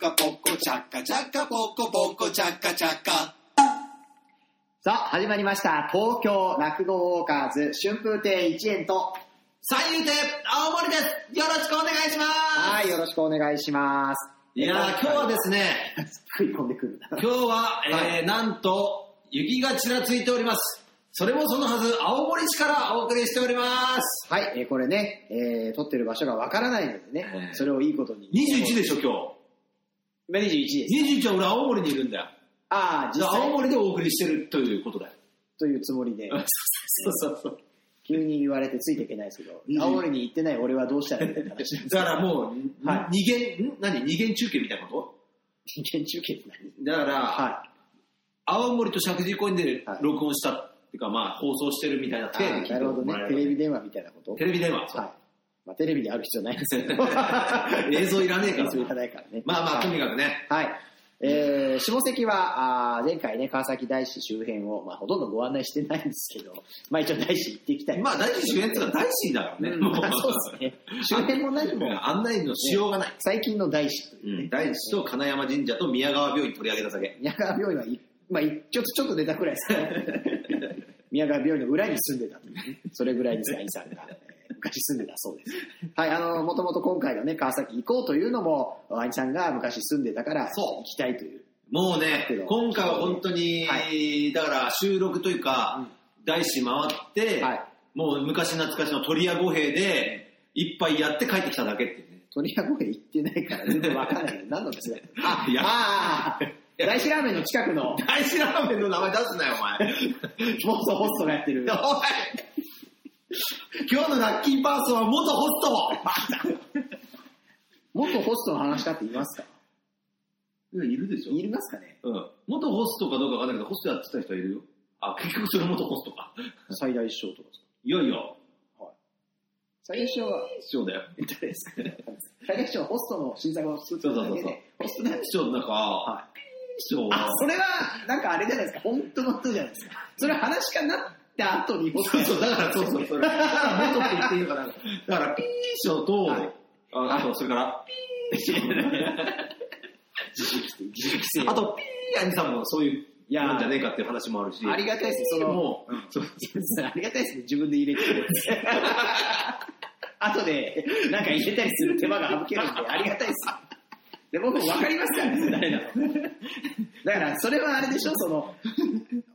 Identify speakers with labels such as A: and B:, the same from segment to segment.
A: コチャッカチャッカポコポコチャッカチャッカ
B: さあ、始まりました。東京落語ウォーカーズ春風亭一円と、
A: 三遊亭青森ですよろしくお願いします
B: はい、よろしくお願いします。
A: いやー今日はですね、
B: 食い込んでくるな。
A: 今日 は、えー、なんと、雪がちらついております。それもそのはず、青森市からお送りしております。
B: はい、えーこれね、えー撮ってる場所がわからないので
A: え
B: ね、
A: ー
B: それをいいことに。
A: 21
B: で
A: でしょ、今
B: 今21です。
A: 日。21は俺青森にいるんだよ。
B: ああ、実
A: だから青
B: 際
A: 森でお送りしてるということだよ。
B: というつ もりで、
A: そうそうそう。
B: 急に言われてついていけないですけど
A: うん、
B: 青森に行ってない俺はどうしたらいいんだって話。
A: だからもう、
B: は
A: 二元、ん何二元中継みたいなこ
B: 人 間中継って何
A: とだから、
B: は
A: 青森と石神井公園で
B: はい
A: 録音したっていうか、まあ、放送してるみたいな体で聞い
B: い。
A: て
B: なるほど
A: もら
B: ね
A: え。ば
B: テレビ電話みたいなこと。
A: テレビ電話。
B: はい。まあ、テレビである必要ないですけ ど。
A: 映像いらねえからな
B: 映像いらないからね。
A: まあまあ、とにかくね。
B: はい。えー下関は、あー前回ね、川崎大師周辺を、まあ、ほとんどご案内してないんですけど、まあ、一応大師行ってきたよ。
A: まあ、大臣主演ってのは大臣だからね。
B: うん
A: もう
B: まあそうです ね。周辺も何も、
A: 案内のしようがない。
B: 最近の大師といううね。
A: ん大臣と金山神社と宮川病院取り上げただけ。
B: 宮川病院はい、まあ、いちょっとちょっと出たくらい ですね。宮川病院の裏に住んでたというね、それぐらいにサインさんが、えー昔住んでたそうです。はい、あの、もともと今回のね、川崎行こうというのも、ワインさんが昔住んでたから、
A: そう
B: 行きたいという。
A: もうね
B: けど、
A: 今回は本当に、
B: は
A: だから収録というか、大師回って、
B: はい
A: もう昔懐かしの鳥屋五兵衛で、一杯やって帰ってきただけっていうね。
B: 鳥屋公園行ってないから全然わかんないけど、何の店だ
A: あ、 いや、
B: ああ、大師ラーメンの近くの、も
A: 大師ラーメンの名前出すな よ、お前。
B: とホストがやってる。
A: お前今日のラッキーパーソンは元ホスト
B: 元ホストの話だっていますか
A: いるでしょ
B: いますかね
A: うん。元ホストかどうかわかんないけど、ホストやってた人はいるよ。あ、結局それ元ホストか。
B: 最大師匠とかですか
A: いやいや、
B: 最大師匠は、
A: 師匠だよ。
B: 誰ですかね最大師匠はホストの新作を作ってただ けで、ホストなんで
A: 師匠なんか、
B: は
A: 師匠
B: あ
A: は、、
B: それは、なんかあれじゃないですか。本当の人じゃないですか。それは話し家になった後にホスト
A: そう
B: や
A: そ
B: って
A: う、だからそうそう、それ。だから元って言っていいのかな。だから、ピー師匠と、
B: はい
A: ああと、それから、ピー師匠。あと、ピー兄さんもそういう、
B: いやー
A: なんじゃねえかっていう話もあるし。
B: ありがたいです。その、
A: もう、そう
B: ありがたいですね、自分で入れて くれて。後で、なんか入れたりする手間が省けるんで、ありがたいです。で、僕も分かりますからね、誰だろう。だから、それはあれでしょ、その、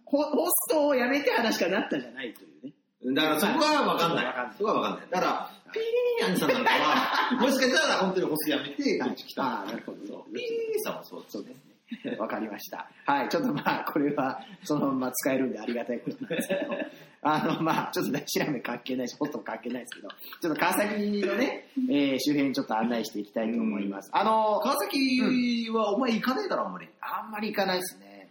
B: ホホストをやめて話からなったじゃないというね。
A: だからそこはわかんない
B: わかんない。
A: そこはわかんない。だから、ピーヤンさんなんかは、もしかしたら本当にホストやめて、こっち来た。
B: ああ、なるほど。
A: ピーさんはそう
B: そうですね。わかりました。はい、ちょっとまあ、これは、そのまま使えるんでありがたいことなんですけど、あの、まあ、ちょっとね、調べ関係ないし、ホットも関係ないですけど、ちょっと川崎のね、えー周辺ちょっと案内していきたいと思います。あの、
A: 川崎はお前行かねえだろ、あんまり。
B: あんまり行かないですね。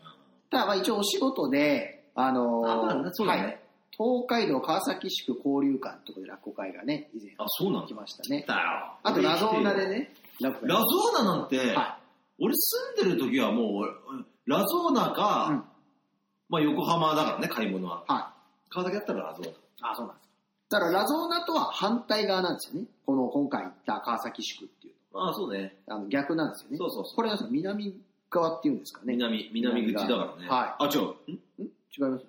B: ただ、まあ、一応お仕事で、あの
A: あまあそうだね
B: はい東海道川崎宿交流館ってことで落語会がね、以前
A: あ、そうなん
B: 来ましたね。
A: だよ。
B: あと、ラゾーナで。ね、落語
A: ラ
B: 会
A: ゾーナなんて、
B: は
A: 俺住んでる時はもう、ラゾーナか、
B: うん
A: まあ横浜だからね、買い物は。
B: はい。
A: 川崎だったらラゾーナ。
B: あ、そうなんですか。だから、ラゾーナとは反対側なんですよね。この、今回行った川崎宿っていう。
A: ああ、そうね。
B: あの、逆なんですよね。
A: そうそうそう
B: これは南側っていうんですかね。
A: 南、南口だからね。
B: は
A: あ、違う。ん
B: 違います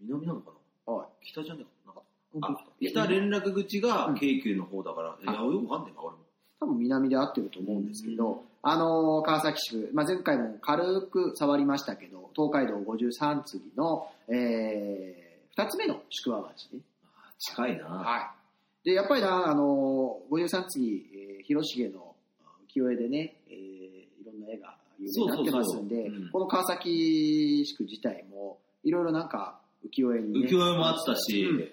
A: 南なのかな
B: はい。
A: 北じゃねえかなかった。
B: 本
A: あ北連絡口が
B: うん
A: 京急の方だから、
B: はい
A: いや、よくわかんねえな、俺も。
B: 多分南で合ってると思うんですけど、
A: う
B: あのー川崎市、まあ、前回も軽く触りましたけど東海道53次の、えー、2つ目の宿場町ね、
A: 近いな。
B: はい、でやっぱりな、あのー、53次、えー広重の浮世絵でね、えーいろんな絵が有名になってますんで
A: そうそうそううん
B: この川崎宿自体もいろいろなんか浮世絵に、ね、
A: 浮世絵もあったし、
B: うん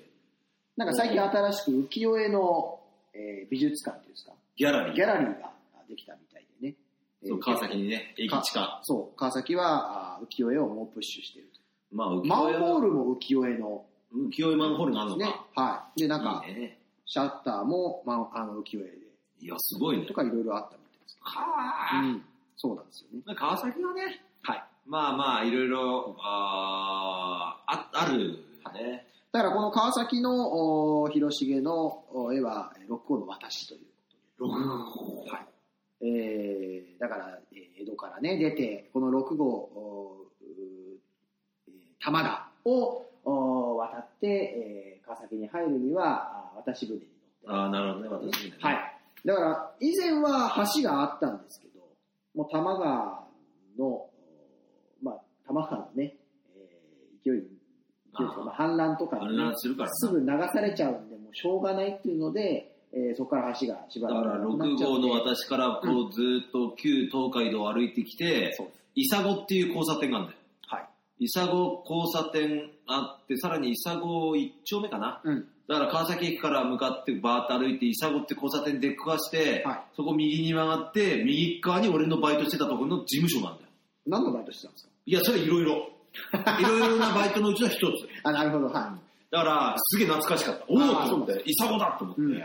B: なんか最近新しく浮世絵の、えー美術館っていうんですか
A: ギャラリ
B: ギ
A: ー。
B: ャラリーができたみたいでね、えー
A: そう川崎にね、駅
B: か
A: 近。
B: そう、川崎はあー浮世絵を猛プッシュしてると。
A: まあ、浮
B: マ
A: 世
B: ン
A: 絵
B: ホー
A: は
B: ルも浮世絵の、
A: 浮世絵マンホールがあるの
B: ね
A: か。、
B: はい。で、なんか、
A: いいね。
B: シャッターも、まあ、あの浮世絵
A: いや、すごいね
B: で、と。かいろいろあったみたいですけど、
A: は
B: うんそうなんですよね。
A: あ川崎はね、
B: はい。
A: まあまあ、いろいろ、あーあ、あるね。
B: だからこの川崎のお広重のお絵は、えー六甲の私という。
A: 六号
B: はい。えー、だから、えー江戸号からね、出て、この6号、おう多摩田をお渡って、えー川崎に入るには、あ渡し船に乗って。
A: ああ、なるほどね、私みたいな。
B: はい。だから、以前は橋があったんですけど、もう多摩川の、おまあ、多摩川のね、えー勢い、勢いというか、まあ、氾濫とか
A: あ
B: で
A: れ
B: ね
A: なするからな。
B: すぐ流されちゃうんで、もうしょうがないっていうので、えーそこから橋がしば
A: だ
B: ら
A: か
B: く
A: ら
B: なくなっ
A: 6
B: ちゃう
A: 号
B: んで
A: の私からこうずっと旧東海道を歩いてきて、
B: そうです。
A: 伊佐子っていう交差点があるんだよ。
B: はい。
A: 伊佐子交差点あって、さらに伊佐子1丁目かな。
B: うん。
A: だから川崎駅から向かってバーッと歩いて、伊佐子って交差点出くわして、
B: は
A: そこ右に曲がって、右側に俺のバイトしてたところの事務所があるんだよ。
B: 何のバイトしてたんですか
A: いや、それいろい ろ。いろいろなバイトのうちの一つ。
B: あ、なるほど、は
A: だから、すげえ懐かしかった。おお
B: あー
A: と思っ
B: そう
A: て、イサゴだと思って、
B: うん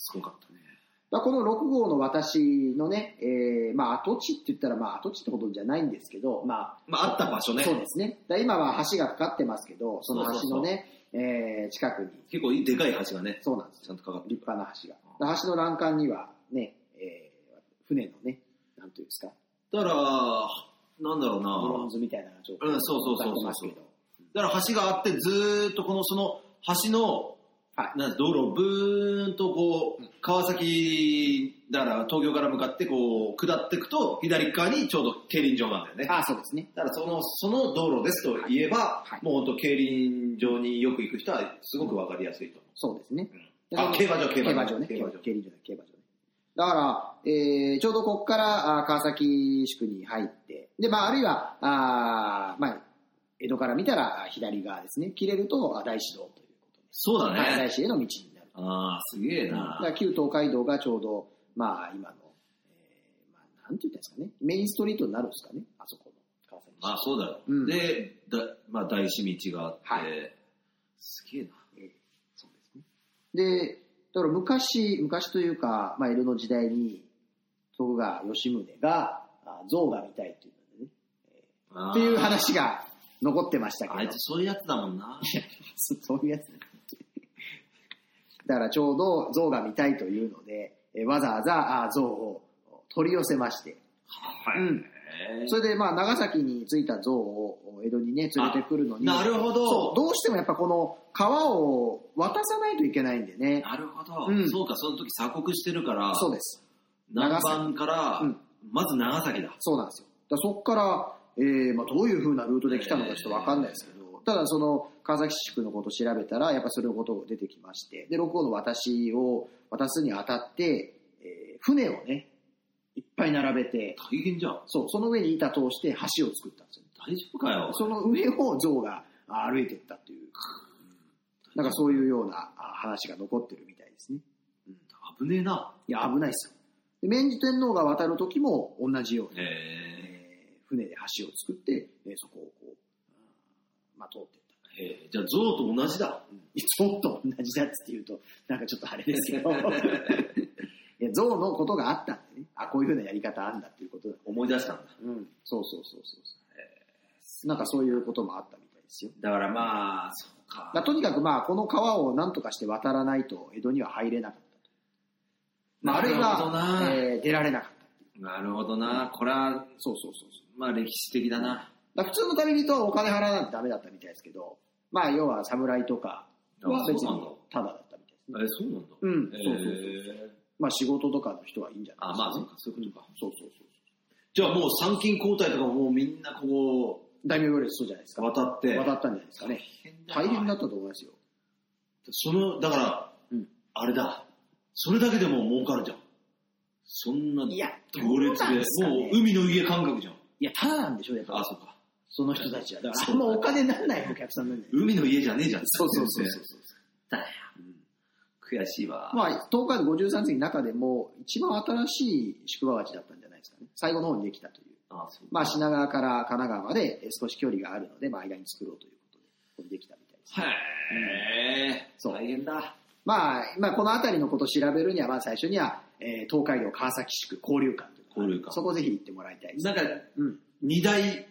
A: すごかったね。
B: い。だからこの6号の私のね、えーまあ、跡地って言ったら、まあ、跡地ってことじゃないんですけど、まあ、
A: まあ、あった場所ね。
B: そうですね。だから今は橋がかかってますけど、その橋のね、えー近くに、
A: 結構でかい橋がね、
B: そうなんです
A: ちゃんとかかってる
B: 立派な橋が。だから橋の欄干には、ね、えー船のね、なんというんですか、
A: だから、なんだろうな。
B: ブロンズみたいな状
A: うんそうそうそうそう
B: 立ってますけど。
A: だから橋があって、ずーっとこの、その、橋の、
B: は
A: なん道路をブーンとこう、川崎、だから東京から向かってこう、下っていくと、左側にちょうど競輪場があるんだよね。
B: あ、そうですね。
A: だからその、その道路ですと言えば、
B: はい
A: もう本当競輪場によく行く人はすごくわかりやすいと
B: そうですね。
A: 思う。あ、競馬場、競馬場
B: ね。
A: ね。
B: 競
A: 競
B: 馬
A: 馬場。
B: 場競輪場ね。競馬場ね。だから、えーちょうどここからあー川崎宿に入って、で、まあ、あるいは、あーまあ、江戸から見たらあ左側ですね。切れると、あ大師道ということです。
A: そうだ
B: は
A: ね。
B: い大師への道になる。
A: ああ、すげえ
B: だか
A: な。
B: ら旧東海道がちょうど、まあ、今の、えーまあ、なんて言ったらいいんですかね。メインストリートになるんですかね。あそこの川崎市。
A: まあそうだよ。
B: うん
A: で、だまあ大師道があって、
B: は
A: すげえな。
B: えーそうですね。で、だから昔、昔というか、まあ、江戸の時代に、徳川吉宗が、あ像が見たいというのでね、
A: あー
B: っていう話が残ってました
A: あ
B: け
A: い
B: ど
A: つ、そういうやつだ もんな。
B: そういうやつ。だからちょうど像が見たいというので、えーわざわざあ像を取り寄せまして、
A: はい
B: うんそれでまあ長崎に着いた像を江戸にね、連れてくるのに、
A: なるほ
B: そう
A: ど。
B: どうしてもやっぱこの川を渡さないといけないんでね、
A: なるほど、
B: うん
A: そうか、その時鎖国してるから、
B: そうです。
A: 南蛮から、
B: うん
A: まず長崎だ。
B: そうなんですよ。だからそこから、えーまあ、どういう風なルートで来たのかちょっとわかんないですけど、ただその川崎市区のことを調べたら、やっぱそれのことが出てきまして、で、6号の私を渡すにあたって、えー船をね、いっぱい並べて、
A: 大変じゃん。
B: そう、その上に板通して橋を作ったんですよ。
A: 大丈夫かよ。
B: その上を象があ歩いてったっていう、なんかそういうようなあ話が残ってるみたいですね。
A: 危ねえな。
B: いや、危ないですよ。で、明治天皇が渡る時も同じように、
A: へ
B: えー船で橋を作って、えーそこをこう、うんまあ、通っていっ
A: え。へえじゃあ、象と同じだ。
B: た、うんいつもと同じだっつって言うと、なんかちょっとあれで すけど、いや象のことがあったんでね、あ、こういうふうなやり方あんだっていうことだ。
A: 思い出したんだ。
B: うん、そうそうそうそうそう。なんかそういうこともあったみたいですよ。
A: だからまあ、そうか。
B: だとにかくまあ、この川を何とかして渡らないと、江戸には入れなかったと。まあ、ある
A: な
B: い
A: るほど
B: は、
A: な
B: えー出られなかった。
A: なるほどな。これは、
B: そうそうそうそう。
A: まあ歴史的だな。
B: だから普通の旅人はお金払わないとダメだったみたいですけど、まあ要は侍とかは別にタダだったみたいですね。
A: え、そうなんだ。
B: うん、そうそうそう。
A: へえ。
B: まあ仕事とかの人はいいんじゃない
A: あ、
B: ですか、
A: まあそうか、そういうことか。
B: そうそうそう。
A: じゃあもう参勤交代とかもうみんなこ
B: 大名行列そうじゃないです
A: う、
B: か。
A: 渡って。
B: 渡ったんじゃないですかね。大変だったと思いますよ。
A: その、だから、
B: うん
A: あれだ。それだけでも儲かるじゃん。そんな、
B: いや
A: 行列
B: どうなん
A: で、
B: ですかね
A: もう海の家感覚じゃん。
B: いや、タダなんでしょう、やっ
A: あ、
B: ぱ。
A: そうか。
B: その人たちは。だから
A: そ
B: あ
A: うん
B: まお金にならないお客さんなんで。
A: 海の家じゃねえじゃん。
B: そうそうそうそう。
A: だよ。悔しいわ。
B: まあ、東海道53世の中でも一番新しい宿場町だったんじゃないですかね。最後の方にできたという。
A: あ、そう
B: まあ、品川から神奈川までえー少し距離があるので、まあ、間に作ろうということで、これできたみたいです。
A: へえ、
B: そう
A: 大変だ。
B: まあ、まあ、この辺りのことを調べるには、まあ、最初には、えー東海道川崎宿交流館というのがある
A: 交流館
B: そこぜひ行ってもらいたいです。
A: なんか、
B: うん。
A: 二大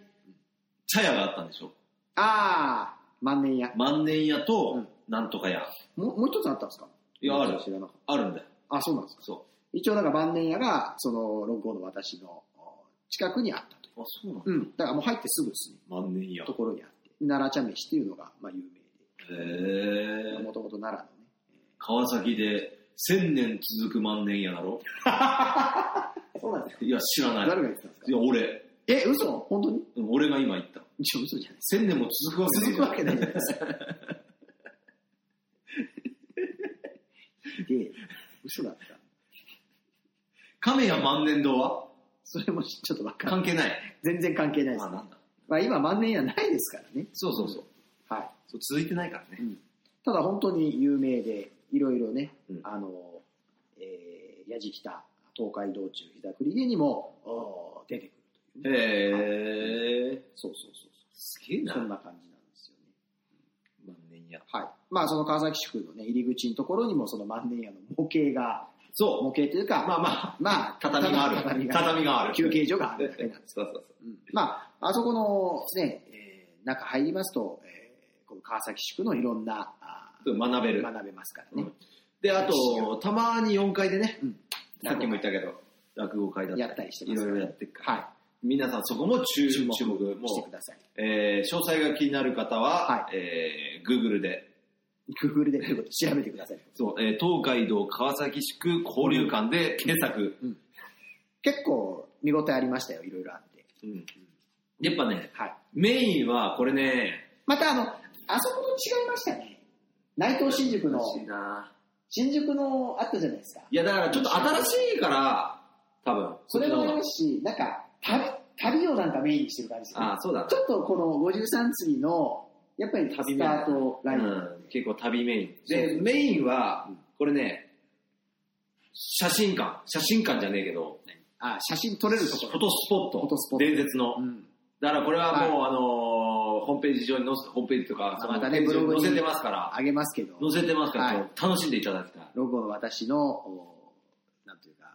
A: 茶屋があったんでしょ
B: ああ、万年屋。
A: 万年屋
B: う
A: と
B: ん、
A: なんとか屋。
B: もうもう一つあったんですか
A: いやある
B: 知らなかっ
A: あるんだよ。
B: た。あ、そうなんですか。
A: そ
B: 一応、なんか万年屋が、その、六号の私のお近くにあったと。
A: あ、そうなんだ。
B: うん。だからもう入ってすぐですね、
A: 万年や
B: と。ころにあって。奈良茶飯っていうのが、まあ、有
A: へ
B: 名
A: え。
B: で。もともと奈良のね。
A: 川崎で千年続く万年やだろ
B: そうなんです
A: いや、知らない。
B: 誰が言ってたんですか
A: いや、俺。
B: え、嘘本当に
A: うん俺が今言った。
B: ちょ、嘘じゃない
A: 千年も続くわけねえ
B: 続
A: じ
B: く
A: ゃん
B: わけないじゃないですか。で、嘘だった。
A: 亀や万年堂は
B: それもちょっとわかんな
A: 関
B: い。
A: 係ない。
B: 全然関係ないです、ね。
A: だ。
B: まあ今万年やないですからね。
A: そうそうそう。
B: はい。
A: そう続いてないからね。
B: ただ本当に有名で、いろいろね、
A: うん
B: あの、えー、やじきた、東海道中、ひだくりげにも、おー出てくるというね、
A: へえ。
B: そうそうそう
A: すげえ
B: そう。そんな感じなんですよね。
A: 万年屋。
B: はい。まあその川崎市区のね、入り口のところにもその万年屋の模型が、模
A: そ
B: 型というか、
A: う。まあまあ、
B: ま あ、
A: 畳がある。
B: 畳
A: 畳
B: があ る
A: がある。
B: 休憩所があるだけなんです。
A: そうそうそう。
B: うんまあ、あそこのね、えー中入りますと、えーこの川崎宿のいろんな、あー
A: 学べる。
B: 学べますからね。
A: で、あと、たまに4階でね、
B: うん
A: さっきも言ったけど、落語会だ
B: や
A: っ
B: ったたりして
A: り、い
B: ます
A: ろ
B: か
A: い
B: ら
A: ろや
B: ね、
A: ってっから。
B: は
A: 皆さんそこも注
B: 注
A: 注
B: 目
A: 目。
B: い。して
A: もう
B: く、ださい。
A: えー詳細が気になる方は、
B: は
A: えー Google で、
B: Google でということで調べてください。
A: そう、えー東海道川崎宿交流館で検索。
B: 結構見応えありましたよ、いろいろあって。
A: うんやっぱね、
B: はい。
A: メインはこれね、
B: またあの、あそこと違いましたね。内藤新宿の、
A: 欲しいな
B: 新宿のあったじゃないですか。
A: いや、だからちょっと新しいから、多分。
B: それもあ
A: う
B: りますし、なんか、旅、旅をなんかメインにしてる感じですね。
A: あー、そうだな
B: ちょっとこの53次の、やっぱりス
A: 旅
B: タ
A: メイン
B: ートライン、
A: うん、結構旅メイン。
B: そ
A: で、
B: う
A: メインは、これね、写真館、写真館じゃねえけど、
B: あ写真撮れるとこ
A: フォ
B: ろ。
A: トスポット、
B: フォトスポット
A: 伝説の。
B: うん
A: だからこれはもう、あのーホームページ上に載せ、ホームページとか、その
B: またね
A: ページ上に
B: ブログに
A: 載せてますから、
B: あげますけど、
A: 載せてますから、
B: はい
A: ちょっと楽しんでいただきたい。
B: ロゴの私の、おなんというか、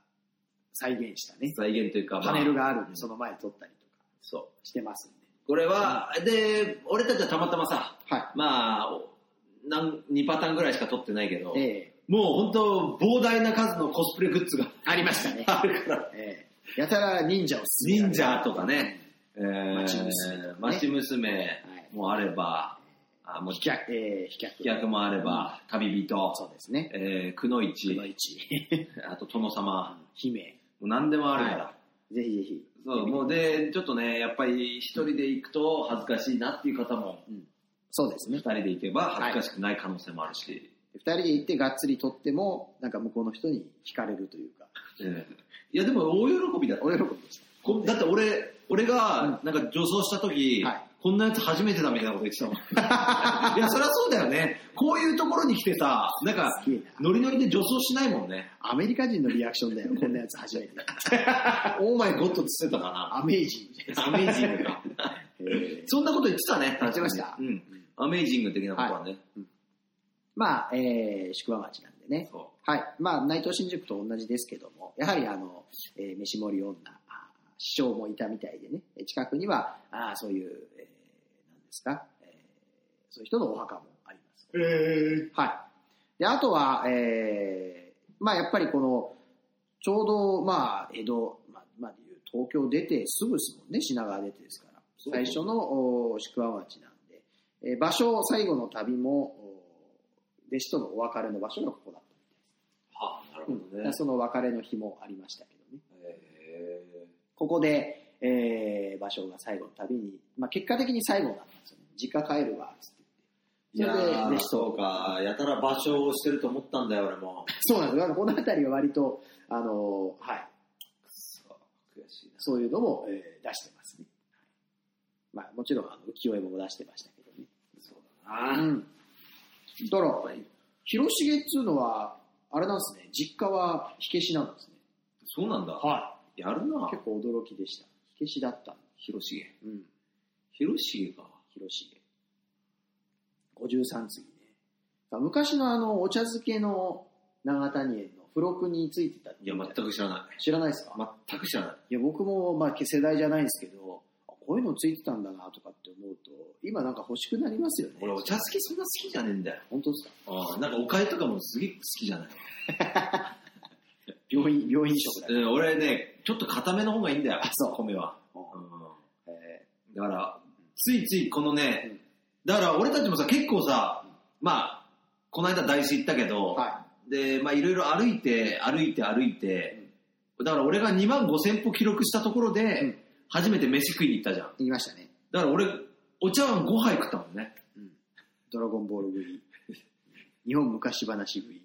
B: 再現したね、
A: 再現というか、まあ
B: パネルがあるん
A: う
B: で、
A: ん
B: その前撮ったりとか
A: そう。
B: してますんで。
A: これは、で、俺たちはたまたまさ、
B: は
A: まあ、おなん2パターンぐらいしか撮ってないけど、
B: い。え
A: もう本当膨大な数のコスプレグッズが。
B: えありましたね
A: あるから、
B: ええやたら忍者をす
A: 忍者とかね、えー
B: 町娘とかね
A: 町娘もあれば、あもう
B: 飛脚、ええ飛脚。
A: 飛脚もあれば、旅人、
B: そうですね。
A: えー、くのい
B: く
A: ち
B: の、一、
A: あと殿様、も
B: 姫。
A: う何でもあるから。
B: ぜひぜひ。
A: そう、もうで、ちょっとね、やっぱり一人で行くと恥ずかしいなっていう方も、
B: うんそうです
A: 二
B: ね。
A: 人で行けば恥ずかしくない可能性もあるし、
B: 二人で行ってがっつり撮っても、なんか向こうの人に惹かれるというか、
A: ええいやでも大喜びだった
B: お喜びでした。
A: こだって俺俺がなんか女装した時、
B: はい
A: こんなやつ初めてだみたいなこと言ってたも んいやそりゃそうだよねこういうところに来てさなんか
B: すげえな
A: ノリノリで女装しないもん ね
B: アメリカ人のリアクションだよ、こんなやつ 初めて。
A: オーマイゴッドっつってたかな
B: アメージングじゃ
A: アメイジング か
B: ないですか。えー
A: そんなこと言ってたね
B: 言ってました
A: うん、アメイジング的なことはね、
B: まあ、えー宿場町なんでね。
A: そ
B: はい。まあ、内藤新宿と同じですけども、やはりあの、えー飯盛り女、あー市長もいたみたいでね、え近くには、あーそういう、えー、なんですか、えーそういう人のお墓もあります。
A: うえ
B: はい。で、あとは、えーまあやっぱりこの、ちょうど、まあ、江戸、まあ、まあ、東京出てすぐですもんね、品川出てですから。
A: そう
B: 最初のお宿場町なんで、えー場所、最後の旅も、お弟子とのお別れの場所がここだっ
A: はあなる
B: た
A: ほ
B: みたい
A: ど
B: です、
A: ね、
B: その別れの日もありましたけどね。
A: え
B: ここで、えー場所が最後の旅に、まあ結果的に最後だったんですよね。実家帰るわ、つって
A: いや
B: それで
A: ー
B: でし
A: そうかやたら場所をしてると思ったんだよ俺も
B: そうなんですよ。あのこの辺りは割と、あのーはい。
A: そう悔しいな
B: そういうのも、えー出してますね。まあ、もちろん、あの浮世絵も出してましたけどね。
A: そうだな、
B: ん。だから、広重っつうのは、あれなんですね、実家は火消しなんですね。
A: そうなんだ
B: は
A: やるな
B: 結構驚きでした。火消しだった。
A: 広重
B: うん。
A: 広重か
B: 広重。53次ね。昔のあの、お茶漬けの長谷園の付録についてた
A: いや全く知らな
B: 知らないですか
A: い全く知らない
B: いや僕もまあ世代じゃないんですけどあこういうのついてたんだなとかって思うと今なんか欲しくなりますよね
A: 俺お茶漬けそんな好きじゃねえんだよ
B: 本当ですか
A: ああなんかおかゆとかもすげえ好きじゃない
B: 病院、病院食だね。
A: うん、俺ね、ちょっと固めの方がいいんだよ
B: あ、そう
A: 米は。う
B: うん
A: ん
B: え
A: だから、ついついこのね
B: うん、
A: だから俺たちもさ、結構さ、まあ、この間大師行ったけど、
B: ーは
A: で、まあいろいろ歩いて、歩いて歩いて、だから俺が2万5千歩記録したところで、
B: うん
A: 初めて飯食いに行ったじゃん。
B: い。言いましたね。
A: だから俺、お茶碗5杯食ったもんね。
B: ドラゴンボール 食い。日本昔話食い。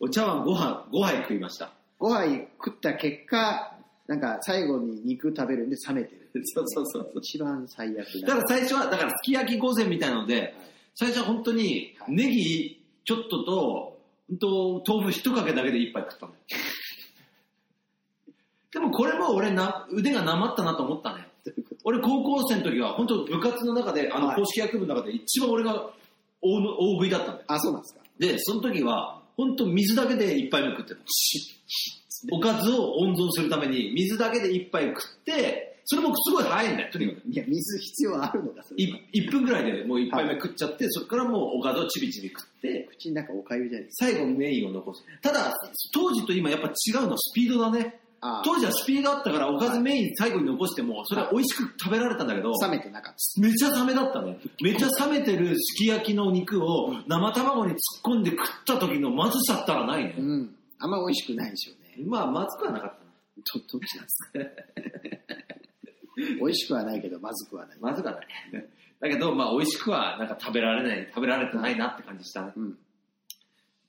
A: お茶碗ご飯5杯食いました。
B: ご飯食った結果、なんか最後に肉食べるんで冷めてる。
A: そうそうそうそう。
B: 一番最悪な。
A: だから最初は、だからすき焼き御膳みたいなので、
B: はい
A: 最初は本当に
B: はい
A: ネギちょっとと、本当豆腐一かけだけで一杯食ったの。でもこれも俺な、腕がなまったなと思ったね。
B: どういうこと
A: 俺高校生の時は本当部活の中で、あの
B: はい
A: 公式野球部の中で一番俺が大の大食いだったんだよ。
B: あ、そうなんで すか。
A: で、その時は本当水だけで一杯目食ってた。おかずを温存するために水だけで一杯食って、それもすごい早いんだよ、とにかく。
B: いや、水必要あるのか、それは。
A: 1分ぐらいでもう1杯目食っちゃって、そこからもうおかずをちびちび食って、
B: 口の中おかゆじゃないです
A: 最後メインを残す。ただ、当時と今やっぱ違うのはスピードだね。
B: か。あ
A: 当時はスピードあったからおかずメイン最後に残しても、それは美味しく食べられたんだけど、
B: あ、冷めてなかった。
A: めちゃ冷めだったね。めちゃ冷めてるすき焼きの肉を生卵に突っ込んで食った時のまずさったらないね
B: う。ん。あんま美味しくないでしょうね。
A: まあ、まずくはなかったな。
B: ど、どっちなんですか 美味しくはないけど、まずくはない。
A: まずかない。 だけど、まあ、美味しくはなんか食べられない、食べられてないなって感じしたね。
B: うん。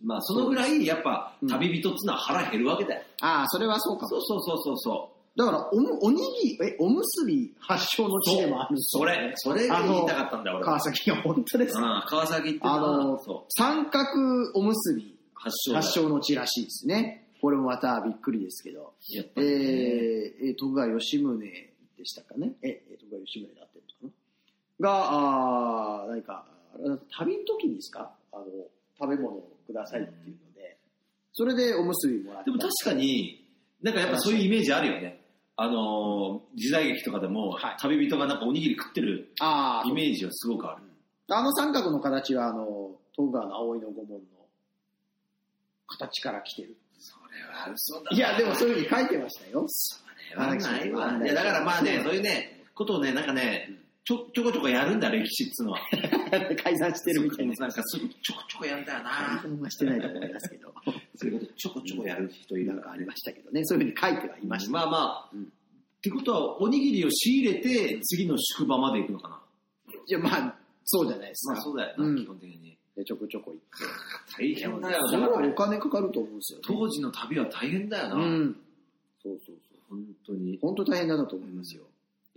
A: まあ、そのぐらい、やっぱ
B: う、ん
A: 旅人っつうのは腹減るわけだよ。
B: ああ、それはそうか
A: そ
B: も。
A: うそうそうそうそ
B: だからおむ、おにぎり、え、おむすび発祥の
A: う。
B: 地でもあるんです
A: そ
B: よ
A: れ、それが言いたかったんだよ、俺は。
B: 川崎が本当です。
A: うん、川崎っての
B: あ
A: は
B: の、
A: そ
B: 三角おむすび
A: う、発祥だ
B: 発祥の地らしいですね。これもまたびっくりですけど。
A: やっ
B: え
A: ぱ
B: ー
A: りね
B: えー、徳川吉宗でしたかね。え、えー徳川吉宗だってるのかなが、あー何か、あれ旅の時にですかあの、食べ物をくださいっていうので、それでおむすびもらった。
A: でも確かに、なんかやっぱそういうイメージあるよね。あのー、時代劇とかでも、
B: はい
A: 旅人がなんかおにぎり食ってる
B: あー
A: イメージはすごくある。
B: あの三角の形は、あの、徳川の葵の御門の形から来てる。
A: それは嘘だ
B: いや、でもそういうふうに書いてました よ。
A: わないわ。
B: ない
A: いや、だからまあね、
B: そ
A: そうういうね、ことをね、なんかね、ちょ、ちょこちょこやるんだ、歴史っつうの は。
B: 解散してるみたいな。
A: なんか、そういうちょこちょこやるんだよ
B: 解
A: な。
B: 散はしてないと思いますけ ど、
A: そういうこと、ちょこちょこやる人い
B: な
A: る
B: ん
A: か
B: からあ
A: ね
B: りましたけどね、そういうふうに書いてはいました。
A: まあまあ、
B: うん
A: ってことは、おにぎりを仕入れて、次の宿場まで行くのかな。
B: いや、まあ、そうじゃないですか。
A: まあそうだよな、
B: うん
A: 基本的に。
B: でちょこちょこ行って。
A: 大変だよ。だか
B: そ
A: ら
B: れはお金かかると思うんですよね、
A: 当時の旅は大変だよな。
B: うん。そうそうそう。
A: 本当に。
B: 本当大変だなと思いますよ。だ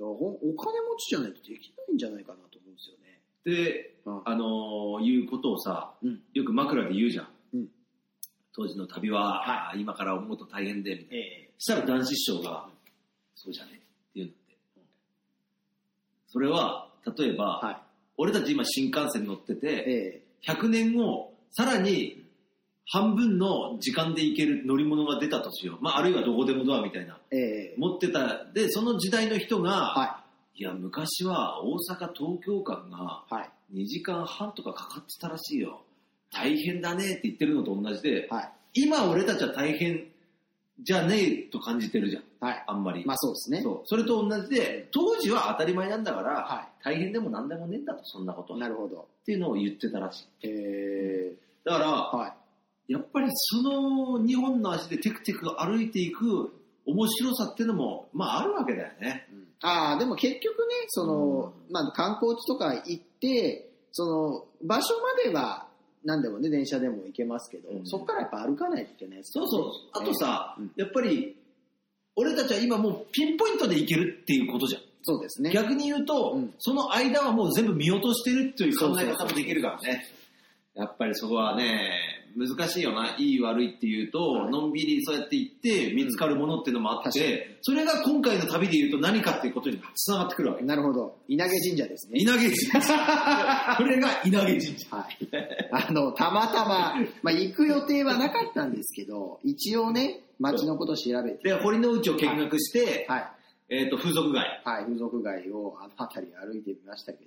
B: からほんお金持ちじゃないとできないんじゃないかなと思うんですよね。
A: で、
B: うん
A: あのーいうことをさ、
B: うん
A: よく枕で言うじゃん。
B: うん
A: 当時の旅は、あー今から思うと大変で、みたいな。
B: ええ
A: したら男子師匠が、そうじゃねって言うんだって。それは、例えば、
B: はい。
A: 俺たち今新幹線乗ってて、
B: え
A: 100年後、さらに半分の時間で行ける乗り物が出たとしよう。まあ、あるいはどこでもドアみたいな。
B: えええ
A: 持ってた。で、その時代の人が、、
B: はい
A: や、昔は大阪東京間が
B: い。はい。
A: 2時間半とかかかってたらしいよ。大変だねって言ってるのと同じで、
B: はい。
A: 今俺たちは大変じゃねえと感じてるじゃん。
B: はい。
A: あんまり。
B: まあそうですね。
A: そう。それと同じで、当時は当たり前なんだから、
B: は
A: 大変でも何でもねえんだと、そんなこと
B: い。
A: は。
B: なるほど。
A: っていうのを言ってたらしい。
B: ええ
A: だから、
B: は
A: やっぱりその2本の足でテクテク歩いていく面白さっていうのも、まああるわけだよね。
B: い。うんああ、でも結局ね、その、まあ観光地とか行って、その、場所までは何でもね、電車でも行けますけど、
A: うん
B: そこからやっぱ歩かないといけないです
A: そ
B: よ
A: う
B: ね
A: そう。あと、さ、
B: うん
A: やっぱり、俺たちは今もうピンポイントで行けるっていうことじゃん。
B: ええそうですね。
A: 逆に言うと、
B: うん
A: その間はもう全部見落としてるっていう考え
B: そ
A: 方
B: うそう
A: も
B: そう
A: できるからね。やっぱりそこはね、難しいよな。いい悪いっていうと、
B: はい
A: のんびりそうやって行って見つかるものっていうのもあって、それが今回の旅で言うと何かっていうことにつながってくるわけ。
B: なるほど。稲毛神社ですね。
A: 稲毛神社。これが稲毛神社。
B: はい。あの、たまたま、まあ行く予定はなかったんですけど、一応ね、町のこと調べて、
A: で、堀之内を見学して、
B: はい。
A: えっ、と、風俗街。
B: はい、風俗街をあの辺り歩いてみましたけ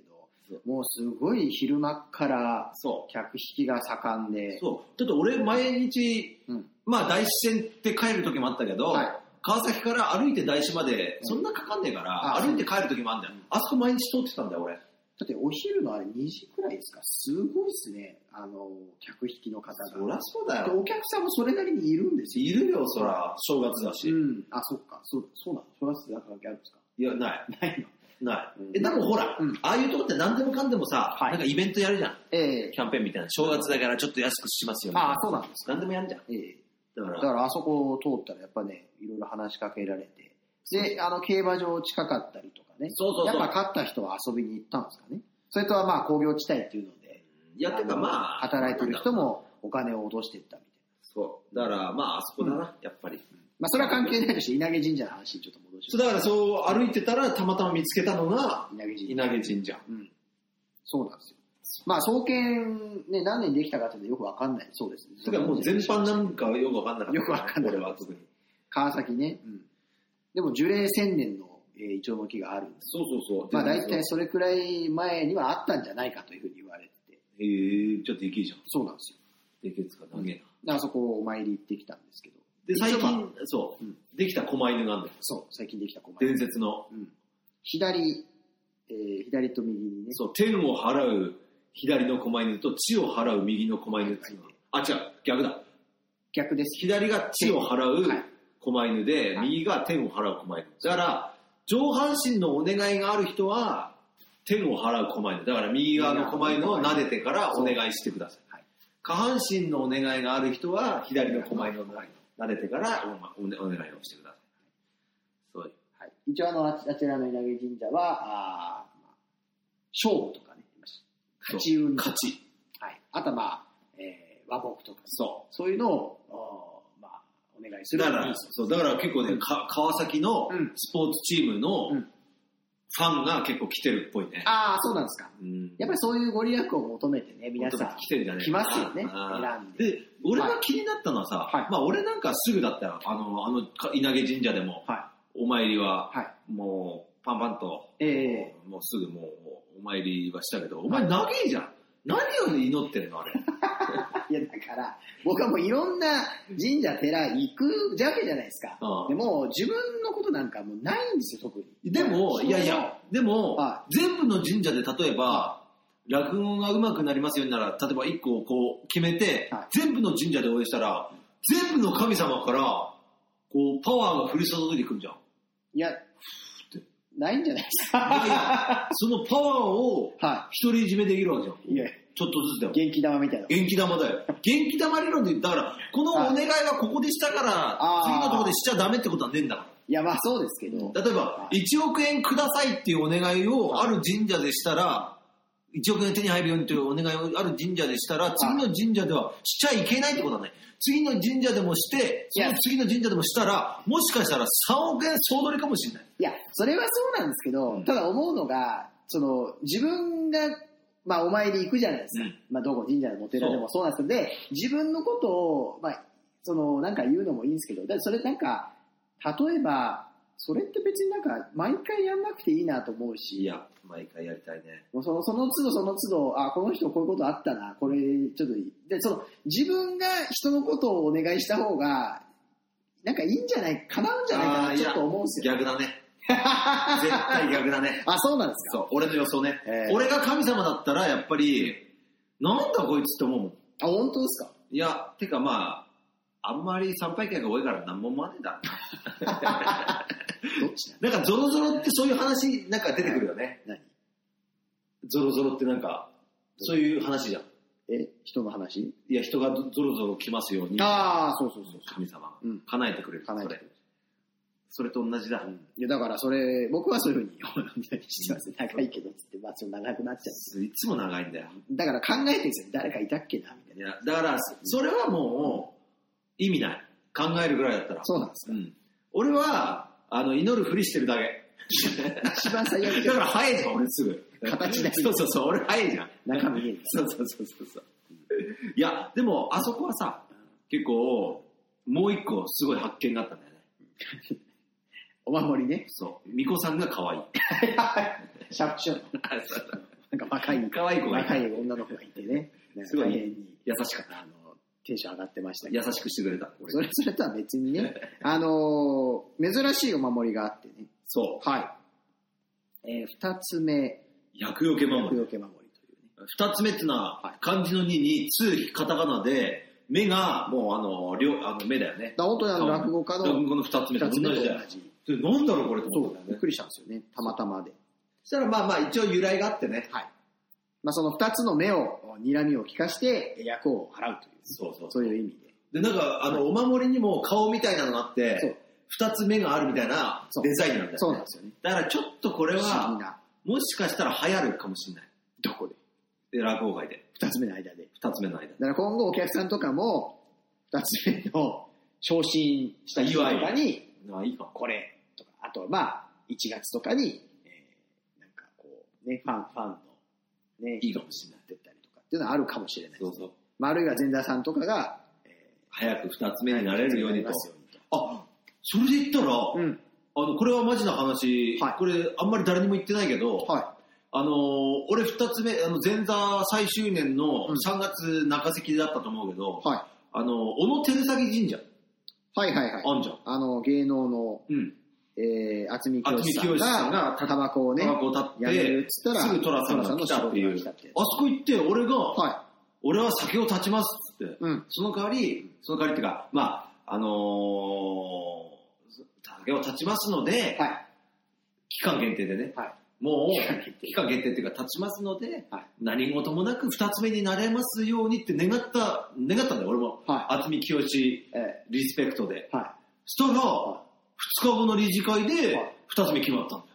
A: そ
B: ど、もうすごい昼間っから
A: そ
B: 客引きが盛ん
A: う
B: で、
A: そう。ちょっと俺、毎日、
B: うん
A: ままあ、大師線って帰る時もあったけど、
B: はい
A: 川崎から歩いて大師まで、そんなかかんねえか
B: あ
A: ら、歩いて帰る時もあんだよ。あそこ毎日通ってたんだよ、俺。
B: だってお昼のあれ2時くらいですかすごいですね。あの、客引きの方
A: そり
B: が
A: ゃ。そうだ
B: で
A: よ。
B: お客さんもそれなりにいるんですよ。
A: いるよ、そら、正月だし。
B: うん。あ、そっか。そう、そうなの。そらすだからギャルですか
A: いや、ない、
B: ないの。
A: な
B: うん
A: い。え、でもほら、
B: うん
A: ああいうとこって何でもかんでもさ、
B: はい
A: なんかイベントやるじゃん。
B: ええ
A: キャンペーンみたいな。正月だからちょっと安くしますよ、ね。
B: ああ、そうなんですか。
A: 何でもやるじゃん。
B: ええ
A: だか
B: だ
A: ら、
B: からあそこを通ったらやっぱね、いろいろ話しかけられて。で、あの、競馬場近かったりとかね。
A: そうそうそう
B: やっぱ勝った人は遊びに行ったんですかね。それとはまあ工業地帯っていうので、
A: いやってか
B: の
A: まあ、
B: 働いてる人もお金を落としていったみたいな。
A: そう。だから、まあ、あそこだな、やっぱり。
B: まあそれは関係ないとして、稲毛神社の話にちょっと戻し
A: そ
B: て
A: う、だからそう歩いてたら、たまたま見つけたのが、
B: 稲毛神社。
A: 稲毛神社。
B: うん。そうなんですよ。まあ、創建、ね、何年できたかっていうのはよくわかんない。そうですね。
A: それからもう全般なんかよくわかんなかった。
B: よくわかんなかった
A: 俺は特に。
B: 川崎ね。うん。でも、樹齢千年の、えー、イチョウの木があるんです。
A: そうそうそう。
B: まあ、大体それくらい前にはあったんじゃないかというふうに言われてて。
A: えー、ちょっとできるじゃん。
B: そうなんですよ。
A: できるつか、長えな。
B: であそこお参り行ってきたんですけど。
A: で、最
B: 一応まあ、
A: 近、そううんできた狛犬なんだよ。
B: そう、最近できた小
A: 伝説の。
B: うん。左、えー、左と右にね。
A: そう、天を払う左の狛犬と、地を払う右の狛犬っていうのはあ、違う、逆だ。
B: 逆です。
A: 左が地を払う
B: はい
A: 狛犬で、
B: はい
A: 右が天を払う狛犬。だから、上半身のお願いがある人は、天を払う狛犬。だから右側の狛犬を撫でてからお願いしてください。
B: はい
A: 下半身のお願いがある人は、左の狛犬を撫でてからおおお願いをしてください。そういう
B: はい。一応、あの、あちあちらの稲毛神社は、あーまあ、勝負とかね、勝ち運とか
A: 勝ち。
B: はい、あとは、まあえー和睦とか
A: そ
B: そういうのを、あーまあ、お願いす
A: う。
B: る
A: だから、そうだから結構ね、か川崎の
B: うん
A: スポーツチームの
B: う
A: フ
B: ん
A: ァンが結構来てるっぽいね。
B: ああそうなんですか
A: うん
B: やっぱりそういうご利益を求めてね皆さん
A: 来てるんじゃない
B: 来ますよね
A: あー
B: 選
A: で俺が気になったのはさ、
B: はい
A: まあ俺なんかすぐだったらあのあのか稲毛神社でも
B: は
A: お参りはい
B: はい
A: もうパンパンと、
B: え
A: もうすぐもうお参りはしたけどお前長いじゃん何を祈ってるのあれ
B: いやだから僕はもういろんな神社寺行くだけじゃないですか
A: ああ
B: でもう自分のことなんかもうないんですよ特に
A: でも
B: そう
A: いやいやでも、
B: は
A: 全部の神社で例えば落語が上手くなりますようになら例えば一個をこう決めて、
B: はい
A: 全部の神社で応援したら全部の神様からこうパワーが降り注いでくるじゃん
B: いやないんじゃないです
A: いやい
B: か
A: や そのパワーを
B: は
A: 独り占めできるわけじゃん。
B: いいや
A: ちょっとずつだよ。
B: 元気玉みたいな
A: 元気玉だよ。元気玉理論で言ったから、このお願いはここでしたから
B: あ、ー
A: 次のところでしちゃダメってことはねえんだか
B: いやまあそうですけど
A: ら。例えば、1億円くださいっていうお願いをある神社でしたら、1億円手に入るようにというお願いをある神社でしたら、次の神社ではしちゃいけないってことはない。次の神社でもして、
B: い
A: そ
B: や
A: の次の神社でもしたら、もしかしたら3億円総取りかもしれない。
B: いや、それはそうなんですけど、
A: うん
B: ただ思うのが、その、自分が、まあ、お参り行くじゃないですか。
A: うん
B: まあ、どこ神社でもお寺でもそうなんですけど、で、自分のことを、まあ、その、なんか言うのもいいんですけど、だってそれなんか、例えば、それって別になんか、毎回やんなくていいなと思うし、
A: いや、毎回やりたいね。
B: もうそのその都度その都度、あ、この人こういうことあったな、これちょっといい、で、その自分が人のことをお願いした方が、なんかいいんじゃない、叶うんじゃない
A: あ
B: かな、
A: ーい
B: ち
A: や
B: ょっと思うんですよ。
A: 逆だね。 絶対逆だね。
B: あ、そうなんですか。
A: そう、俺の予想ね。
B: えー
A: 俺が神様だったら、やっぱり、なんだこいつって思うもん。
B: あ、本当ですか。
A: いや、てかまあ、あんまり参拝客が多いから何も思わねえだろう
B: どっちだ
A: な。なんかゾロゾロってそういう話、なんか出てくるよね。
B: 何
A: ゾロゾロってなんか、そういう話じゃん。
B: え、人の話
A: いや、人がゾロゾロ来ますように、
B: ああ、そうそうそう
A: 神様
B: う。うん。
A: 叶えてくれる。
B: 叶えてくれ
A: それ。それと同じだ。
B: いや、だからそれ、僕はそういうふうに思うようにしてます。長いけどっつって、まあ、ちょっと長くなっちゃ
A: いつも長いんだよ。
B: う。だから考えてるんですよ。誰かいたっけな、みたい
A: いや、だから、それはもう、意味ない。考えるぐらいだったら
B: な。。そうなんです
A: う
B: か。
A: ん。俺は、あの、祈るふりしてるだけ。
B: 一番最悪じ
A: だ
B: ゃ
A: から
B: ん。
A: 早いじゃん、俺すぐ。
B: 形だけ
A: そうそうそう、俺早いじゃん。
B: 中身見える。
A: そうそうそうそうそう。いや、でも、あそこはさ、結構、もう一個すごい発見があったんだよね。
B: お守りね。
A: そう。巫女さんが可 愛い。
B: シャープショーの。なんか若い、
A: 可愛い子がい
B: 若
A: い。
B: い女の子がいてね。なんか
A: すごい
B: 大変に
A: 優しかっ
B: あの、テンション上がってましたけ
A: 優
B: ど。
A: しくしてくれた、俺
B: それ、それとは別にね、あのー珍しいお守りがあってね。
A: そ
B: はい。えー二つ目、
A: う。厄除け
B: 厄
A: 守り。
B: 除け守りというね。
A: 二つ目っての
B: は、
A: はい漢字の2に、通、カタカナで、目が、もう、あの、両、あの、目だよね。
B: だから本当にあの
A: 顔
B: 落語家
A: 落
B: の
A: 語の二つ目と同じ
B: 二つ目と同
A: だよ。
B: じ。
A: でなんだろう、これと
B: そ
A: 思った
B: う、
A: んだ
B: びっ
A: よね。
B: くりしたんですよね。たまたまで。
A: そしたら、まあまあ、一応由来があってね。
B: はい。まあ、その二つの目を、睨みを利かして、役を払うという、
A: そうそう
B: そういう意味
A: で、
B: で。
A: なんか、あの、お守りにも顔みたいなのがあっ
B: そう
A: て、二つ目があるみたいな
B: そう
A: デザインなんだよ。
B: そうなんですよね。
A: だからちょっとこれ
B: 不思議
A: は、
B: な。
A: もしかしたら流行るかもしれない。
B: どこで
A: で、落語界で。
B: 二つ目の間で。
A: 二つ目の間。
B: だから今後お客さんとかも、二つ目の昇進した人とかに、
A: まあいいかも。
B: これとか、あとはまあ、1月とかに、えーなんかこう、ね、ファン、ファンの、ね、
A: いいかもしれない
B: 出たりとかっていうのはあるかもしれないです
A: そ
B: ね
A: うそう。
B: まあ、あるいは前田さんとかが、え
A: 早く二つ目に
B: ー
A: なれるようにと
B: なりま。すようにと
A: あ、それで言ったら、
B: うん。
A: あの、これはマジな話、
B: はい
A: これあんまり誰にも言ってないけど、
B: は
A: あのー、俺二つ目、あの、前座最終年の
B: うん
A: 3月中関だったと思うけど、
B: い。はい。
A: あの、小野照崎神社、
B: はいはいはい。
A: あんじゃん。
B: あの、芸能の、
A: うん。
B: えー、厚見清
A: 渥美清
B: さ
A: さ
B: ん
A: ん
B: が
A: が、
B: タバコをね、
A: タバコを
B: や
A: 立っ、
B: めるってつったら、
A: すぐトラさんが来たっていう
B: 寅さんの白黒が来たっていう
A: あそこ行って俺が、
B: は
A: 俺は酒を断ちますっつって
B: い。、うん。
A: その代わり、その代わりっていうか、まあ、あのー、酒を断ちますので、
B: はい。
A: 期間限定でね、
B: はい。
A: も
B: 期間限
A: う、期間限定っていうか、断ちますので、
B: はい
A: 何事もなく二つ目になれますようにって願った、願ったんだよ、俺も。
B: は
A: 渥美清
B: い。え
A: リスペクトで。
B: ー、は
A: したら、
B: は
A: 二日後の理事会で
B: はい、
A: 二つ目決まったんだよ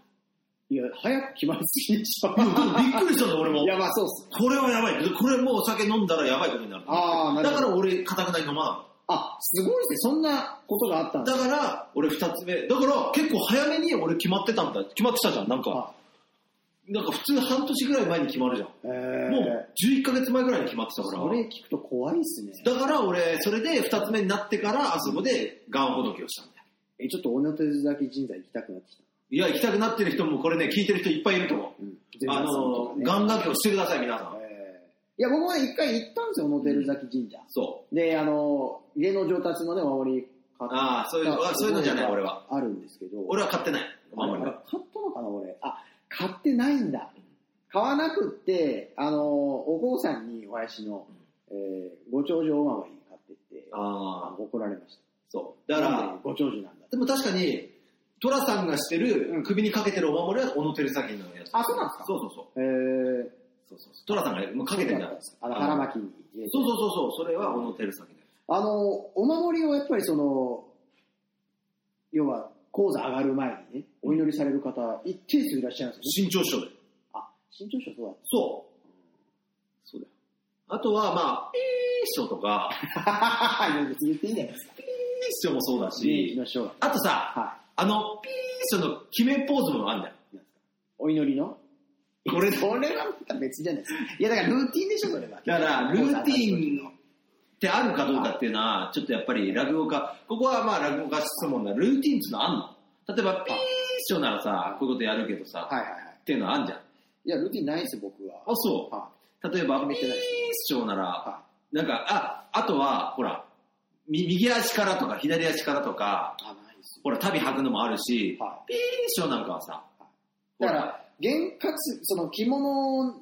B: い。いや、早く決まりすぎでしょ。
A: いや。びっくりしたんだよ、 俺も。
B: いや、まあそうっす。
A: これはやばい。これもうお酒飲んだらやばいことになる。
B: ああ、なる
A: だ
B: ほ
A: か
B: ど。
A: ら俺、かたくなに飲ま
B: あ、すごいですね。そんなことがあったん
A: ない。
B: で
A: だ
B: す
A: から、俺二つ目。だから、結構早めに俺決まってたんだ。決まってたじゃん、なんか。
B: か。
A: なんか普通半年ぐらい前に決まるじゃん。
B: え
A: も
B: ー
A: う、11ヶ月前ぐらいに決まってたから。
B: それ聞くと怖いですね。
A: だから俺、それで二つ目になってから、あそこで、ガンほどきをしたんだよ。
B: え、ちょっと小野手崎神社行きたくなってきた。
A: いや、行きたくなってる人も、これね、聞いてる人いっぱいいると思う。
B: うん。
A: あの、ガ
B: ン。
A: ンガンをしてください、皆さん。
B: えーいや、僕も一回行ったんですよ、小野手崎神社。
A: そう。
B: で、あの、芸能上達のね、お守り買った
A: ああ、そういうの、あそういうのじゃない、俺は。。
B: あるんですけど。
A: 俺は買ってない。
B: あれ買ったのかな、俺。あ、買ってないんだ。買わなくって、あの、お父さんにおやしの、えーご長寿お守り買ってって、あ
A: ああ
B: の、怒られました。
A: そう。だから、
B: なんでご長寿なんだ。
A: でも確かに、トラさんがして
B: うん
A: る、首にかけてるお守りは、小野照崎のやつ。
B: あそうなんですか
A: そうそうそう。
B: えー、
A: そうそうそうトラさんがもうかけてるんだ。
B: あの、腹巻きに入れて
A: そうそうそうそう、それは小野照崎だよ。
B: あの、お守りをやっぱりその、要は、講座上がる前にね、お祈りされる方、一定数いらっしゃるんですよね。
A: 身長師匠だよ。
B: あ、新潮社そうだっ
A: そう。そうだよ。あとは、まあ、ピー師匠とか、
B: た。 いや別に言っていいんじゃないですか。
A: ピー師匠もそうだ
B: 新
A: し、
B: 潮師匠
A: あとさ、
B: は
A: あの、ピー師匠の決めポーズもあるんだよ。
B: い。なんですかお祈りの
A: これ、
B: それはまた別じゃないですか。いや、だからルーティンでしょ、それは。
A: だから、ルーティンってあるかどうかっていうのは、ちょっとやっぱり落語家、ここはまあ落語家質問だ。ルーティーンっていうのはあんの例えば、ピー師匠ならさ、こういうことやるけどさ、
B: はいはいはい。
A: っていうのはあんじゃん。あ、
B: いや、ルーティンないです、僕は。
A: そ
B: は
A: う。例えば、
B: 決
A: ピー
B: めてない。
A: 師匠ないら、
B: は
A: なんか、あ、あとは、ほら、み右足からとか左足からとか、
B: い。あ、ないです。
A: ほら、旅履くのもあるし、
B: はい。
A: ピー師匠なんかはさ、ほ、
B: だからら、験担ぎその着物を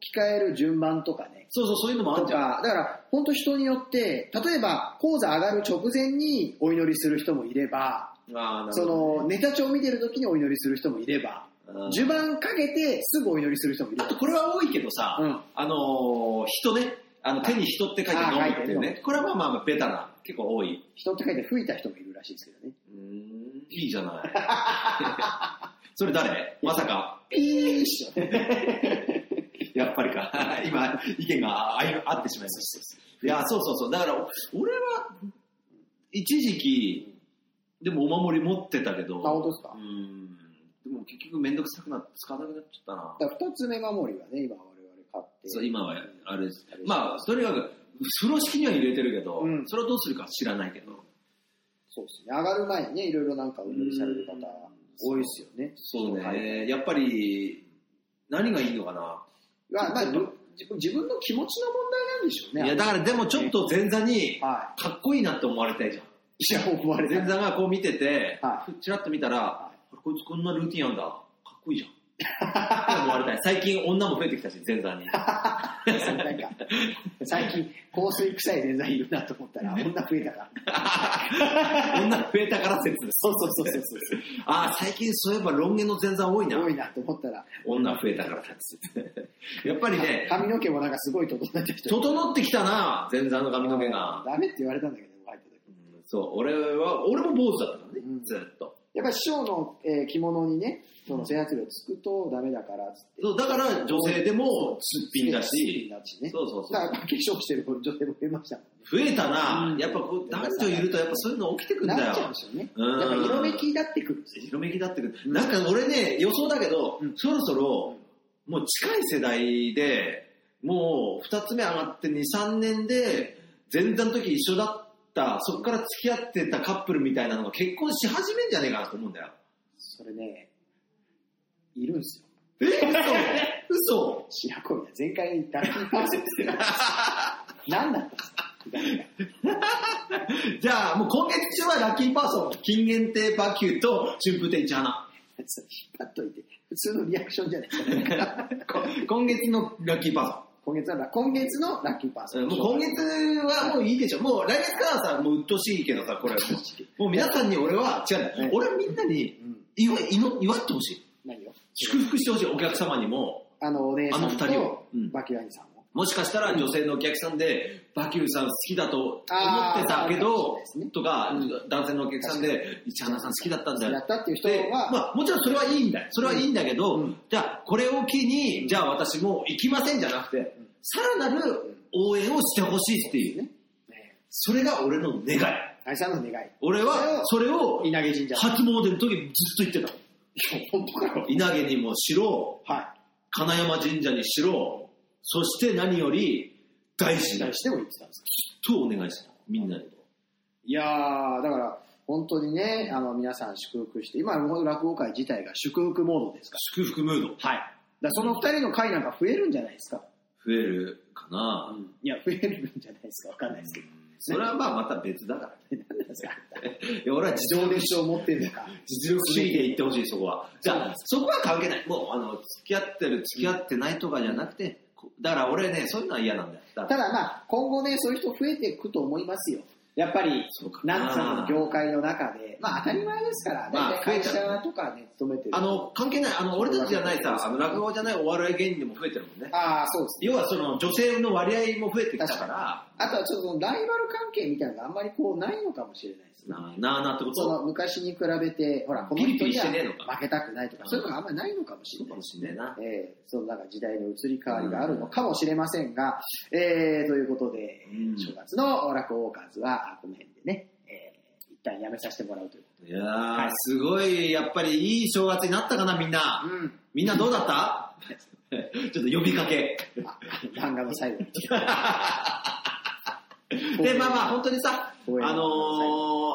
B: 着替える順番とかね。
A: そうそう、そういうのもあ
B: と
A: んじゃん。
B: か、だから、本当人によって、例えば、講座上がる直前にお祈りする人もいれば、
A: あーな
B: そ
A: るほど
B: の、ネタ帳を見てる時にお祈りする人もいれば、
A: うん
B: 序盤かけてすぐお祈りする人もいれ
A: あ
B: ば
A: と、。これは多いけどさ、
B: うん。
A: あのー人ね、あの手に人って書いて
B: あー
A: 飲むっていう
B: 書いて
A: ね、これはまあまあベタな、結構多い。
B: 人って書いて吹いた人もいるらしいですけどね。
A: うーん、いいじゃない。 それ誰まさか、
B: ピーッしょ。
A: やっぱりか。 今、意見が合い合ってしまいました。いや、そうそうそう。だから、俺は、一時期、でもお守り持ってたけど、
B: あ本当ですか
A: うーん、でも結局めんどくさくなって使わなくなっちゃったな。
B: だから二つ目守りはね、今我々買って。
A: そう、今はあれです
B: あれで。す
A: まあ、それは、風呂敷には入れてるけど、
B: うん
A: それはどうするか知らないけど。
B: そうですね。上がる前にね、いろいろなんかお祈りされる方、多いですよね。
A: そう
B: はい
A: ね。やっぱり、何がいいのかな。
B: まあ、まあ、
A: ちょっと
B: ル自分自分の気持ちの問題なんでしょう
A: い
B: ね。
A: や、だからでもちょっと前座に、
B: は
A: かっこいいなって思われたいじゃん。
B: い。いや、思われて
A: 前座がこう見てて、
B: は
A: チラッと見たら、あれこいつこんなルーティンあんだ。かっこいい じゃん。って思われたい。最近女も増えてきたし、前 座に。
B: い。そうなんか最近、香水臭いデザインいるなと思ったら、女増えたから。
A: 女増えたから説です。
B: そうそうそうそうそう。
A: ああ、最近そういえばロン毛の前座多いな。
B: 多いなと思ったら、
A: 女増えたから説。やっぱりね、
B: 髪の毛もなんかすごい整ってきて。
A: 整ってきたな、前座の髪の毛が。
B: ダメって言われたんだけど、入った時。
A: うんそう、俺は、俺も坊主だったからね、
B: うん
A: ずっと。
B: やっぱり師匠の、えー着物にね、その整髪料つくとダメだからっつって。
A: そうだから女性でもすっぴんだ
B: すっぴん
A: し、
B: だしね。
A: そうそうそ
B: だからや
A: う
B: っ。ぱ化粧してる女性も増えましたもん
A: 増えたな
B: う、ん
A: やっぱこう男女いるとやっぱそういうの起きてくんだ
B: なっちゃうん
A: よ
B: で。しょうね。
A: うん
B: やっぱ色めきだってくるんですよ。
A: 広めきだってくる。なんか俺ね、予想だけど、
B: うん
A: そろそろ、もう近い世代で、もう二つ目上がって2、3年で、前座の時一緒だった、そこから付き合ってたカップルみたいなのが結婚し始めんじゃねえかなと思うんだよ。
B: それね、いるんですよ。
A: え 嘘
B: 白子みたいな。前回ダッキーパー ソンって言ってた何だったんですか誰が
A: 嘘じゃあ、もう今月中はラッキーパーソン、金限定バキューと春風亭一花。
B: それ引っ張っといて、普通のリアクションじゃないですか、
A: 今月のラッキーパーソン。
B: 今月は、今月のラッキーパーソン。
A: もう今月はもういいでしょ。もう来月からはさ、もう鬱陶しいけどさ、これはもう。もう皆さんに俺は、違う、
B: ね
A: 俺はみんなに
B: うん、
A: 祝い、祝祝ってほしい。
B: 何よ
A: 祝福してほしい、お客様にも。
B: あの、お姉さ
A: あ
B: ん
A: の二人を
B: と
A: うん、
B: バキュアニさんを。
A: もしかしたら女性のお客さんで、バキューさん好きだと思って
B: あー
A: たけ
B: そう
A: ど
B: ですね、
A: とか
B: う、
A: 男性のお客さんで、市花さん好きだったんだ
B: や
A: よ
B: っ。たっていう人
A: で、
B: は、
A: まあ、もちろんそれはいいんだよ。それはいいんだけど、
B: うん
A: じゃあ、これを機に、じゃあ私も行きませんじゃなくて
B: うん、
A: さらなる応援をしてほしいっていう。
B: ね。ね
A: それが俺の願い。
B: 愛さんの願い。
A: 俺はそれを
B: 稲毛神社。
A: 初詣の時にずっと言ってた。
B: 本当かよ。
A: 稲毛にもしろ、
B: は
A: 金山神社にしろ、そして何より大
B: い。
A: 師
B: 期
A: に
B: 待しても言ってたんです
A: とお願いした。みんなに。
B: いやー、だから、本当にね、あの、皆さん祝福して、今、この落語界自体が祝福モードですか
A: 祝福ムード。増
B: ら。はい。だからその二人の会なんか増えるんじゃないですか。
A: えるかな、
B: いや、増えるんじゃないですか。わかんないですけど。
A: それはまあまた別だから
B: 何 なんですか。
A: ね。いや俺は自
B: 自
A: 動
B: 動
A: で
B: 列車を持ってるのか。
A: 実力主義で言ってほしい、そこは。じゃあ、そこは関係ない。もう、あの、付き合ってる、付き合ってないとかじゃなくて、こだから俺ね、そういうのは嫌なんだよ。だか
B: た
A: ら、
B: だまあ、今後ね、そういう人増えていくと思いますよ。やっぱり、
A: そうかな。
B: なんつうの、業界の中で、まあ当たり前ですから、
A: まあ
B: 大体会社とかね、勤めてる。
A: あの、関係ない、あの、俺たちじゃないさ、あの、落語じゃないお笑い芸人でも増えてるもんね。
B: ああ、そうですね。
A: 要はその、女性の割合も増えてきたから、
B: あとはちょっとそのライバル関係みたいなのがあんまりこうないのかもしれないですね。
A: なあなあなあってこ
B: そ
A: と
B: の昔に比べて、ほら、この
A: ピリピ
B: 人
A: リ
B: に
A: し
B: は
A: てねえのか
B: 負けたくないとか、そういうのがあんまりないのかもし
A: そ
B: れ
A: う
B: な
A: か
B: い
A: も。しんないな。
B: えー、そのなんか時代の移り変わりがあるのかもしれませんが、えー、ということで、
A: うん
B: 正月の落語ウォーカーズは、この辺でね、えー、一旦やめさせてもらうというこ
A: いやー、すごい、やっぱりいい正月になったかな、みん
B: と
A: な。
B: で。うん。
A: みんなどうだったちょっと呼びかけ。
B: あ漫画の最後に。
A: で、まあまあ、本当にさ、あ
B: 応
A: の
B: 援
A: ー、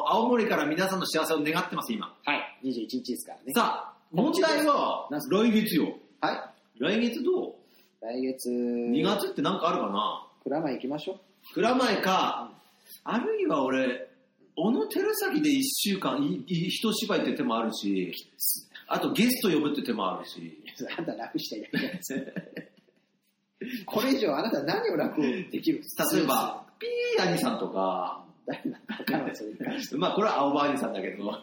A: 青森から皆さんの幸せを願ってます、今。
B: はい。21日ですからね。
A: さあ、問題は
B: なんす、
A: 来月よ。
B: は
A: 来月ど
B: い。来月、
A: う ?2 月ってなんかあるかな
B: 蔵前行きましょう。
A: 蔵前か、あるいは俺、小野照崎で一週間、いい一芝居って手もあるし、あとゲスト呼ぶって手もあるし、
B: あんた楽したいだけじゃないですか。これ以上あなた何を楽できるんですか
A: 例えば、ピー兄さんとか、
B: 誰なんかわからない、それに関して
A: まあこれは青葉兄さんだけど、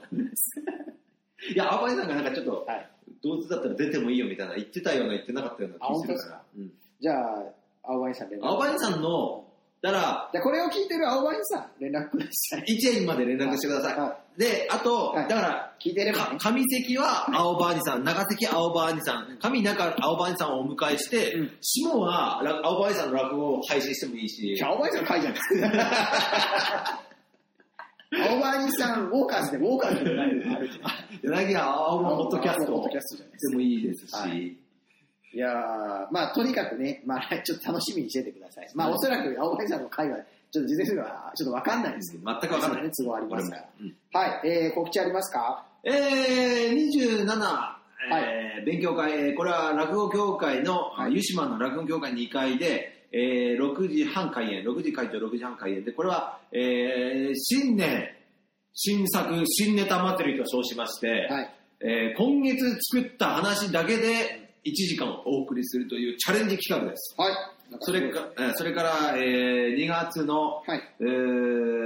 A: いや、青葉兄さんがなんかちょっと、
B: はい
A: 同時だったら出てもいいよみたいな、言ってたような言ってなかったような気するから。うん
B: じゃあ、青ワインさん連絡。
A: 青葉兄さんの、だから、
B: じゃあこれを聞いてる青ワインさん、連絡ください。
A: 1円まで連絡してくださ。
B: はい
A: で、あと、
B: は
A: だ
B: い
A: から、
B: 聞いてれば
A: か
B: ね。
A: 上関は青葉兄さん、長関青葉兄さん、上中青葉兄さんをお迎えして、
B: うん
A: 下はら青葉兄さんの落語を配信してもいいし
B: じ、ゃあ青ワインさんの会じゃないですか。青ワインさん、ウォーカーズで、ウォーカーズでないのあるじゃない
A: 柳原青葉ポッドキャスト
B: ポッ
A: を
B: ドキャストじゃないです
A: でもいいですし、
B: はか。いやーまあ、とにかくね、まあ、ちょっと楽しみにしててください。まあ、おそらく青ワインさんの会は、ちょっと事前するのは、ちょっとわかんないですけ
A: 全
B: ど。
A: くわかんない
B: ね、。都合あります
A: 俺
B: か
A: もうん
B: ら。はい、えー、告知ありますか
A: えー、27、えー
B: は
A: えー勉強会、えーこれは落語協会の、あ湯島の落語協会2階で、えー6時半開演、6時開場、6時半開演で、これは、えー新年、新作、新ネタ祭りと称しまして、
B: はい。
A: えー今月作った話だけで1時間お送りするというチャレンジ企画です。
B: はい。
A: それか、えーそれから、えー2月の、
B: はい。
A: えー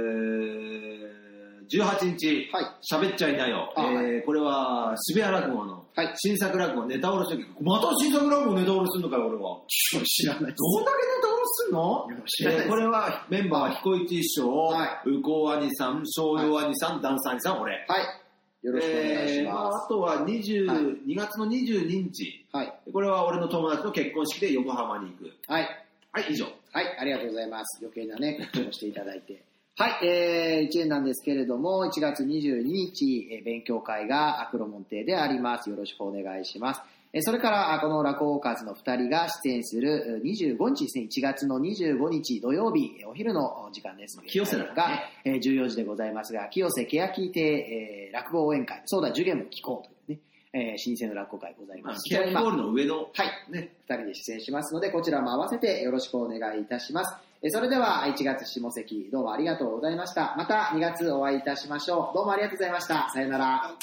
A: 18日、
B: はい
A: 喋っちゃいなよ。
B: あは
A: えーこれは、渋谷落語の
B: はい
A: 新作落語、ネタ下ろしの企画。また新作落語ネタ下ろしするのかよ、俺は。
B: 知らないです。
A: どんだけネタ下ろ
B: 知
A: す
B: ら
A: ん
B: ない
A: の
B: です
A: えーこれは、メンバーは彦一師匠
B: は、
A: 右近兄さん、昭陽兄さん、ダンサー兄さん、俺。
B: はい。よろしくお願いし
A: えーま
B: ま
A: ああとは20、
B: はい
A: 2月の22日。
B: す。はい。
A: これは俺の友達の結婚式で横浜に行く。
B: はい。
A: はい、以上。
B: はい。ありがとうございます。余計なね、告知をしていただいて。はい。えー、1年なんですけれども、1月22日、えー勉強会がアクロモンテであります。よろしくお願いします。えーそれから、あこの落語家の2人が出演するえー25日ですね、1月の25日土曜日、えーお昼のお時間です。
A: 清瀬だから
B: が
A: ね、
B: えー14時でございますが、清瀬欅亭、えー落語応援会、そうだ、受験も聞こうというね、えー、老舗の落語会ござい
A: まあ
B: ます。、
A: キャッチボールの上の、
B: はい。
A: ね、
B: 2人で出演しますので、こちらも合わせてよろしくお願いいたします。えそれでは、1月下関、どうもありがとうございました。また2月お会いいたしましょう。どうもありがとうございました。さようなら。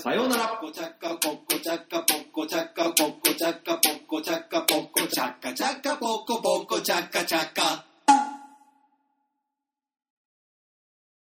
A: さようなら。
C: ポコチャッカポコチャッカポコチャッカポコチャッカポコチャッカポコチャッカポコチャッカチャッカポコポコチャッカチャッカ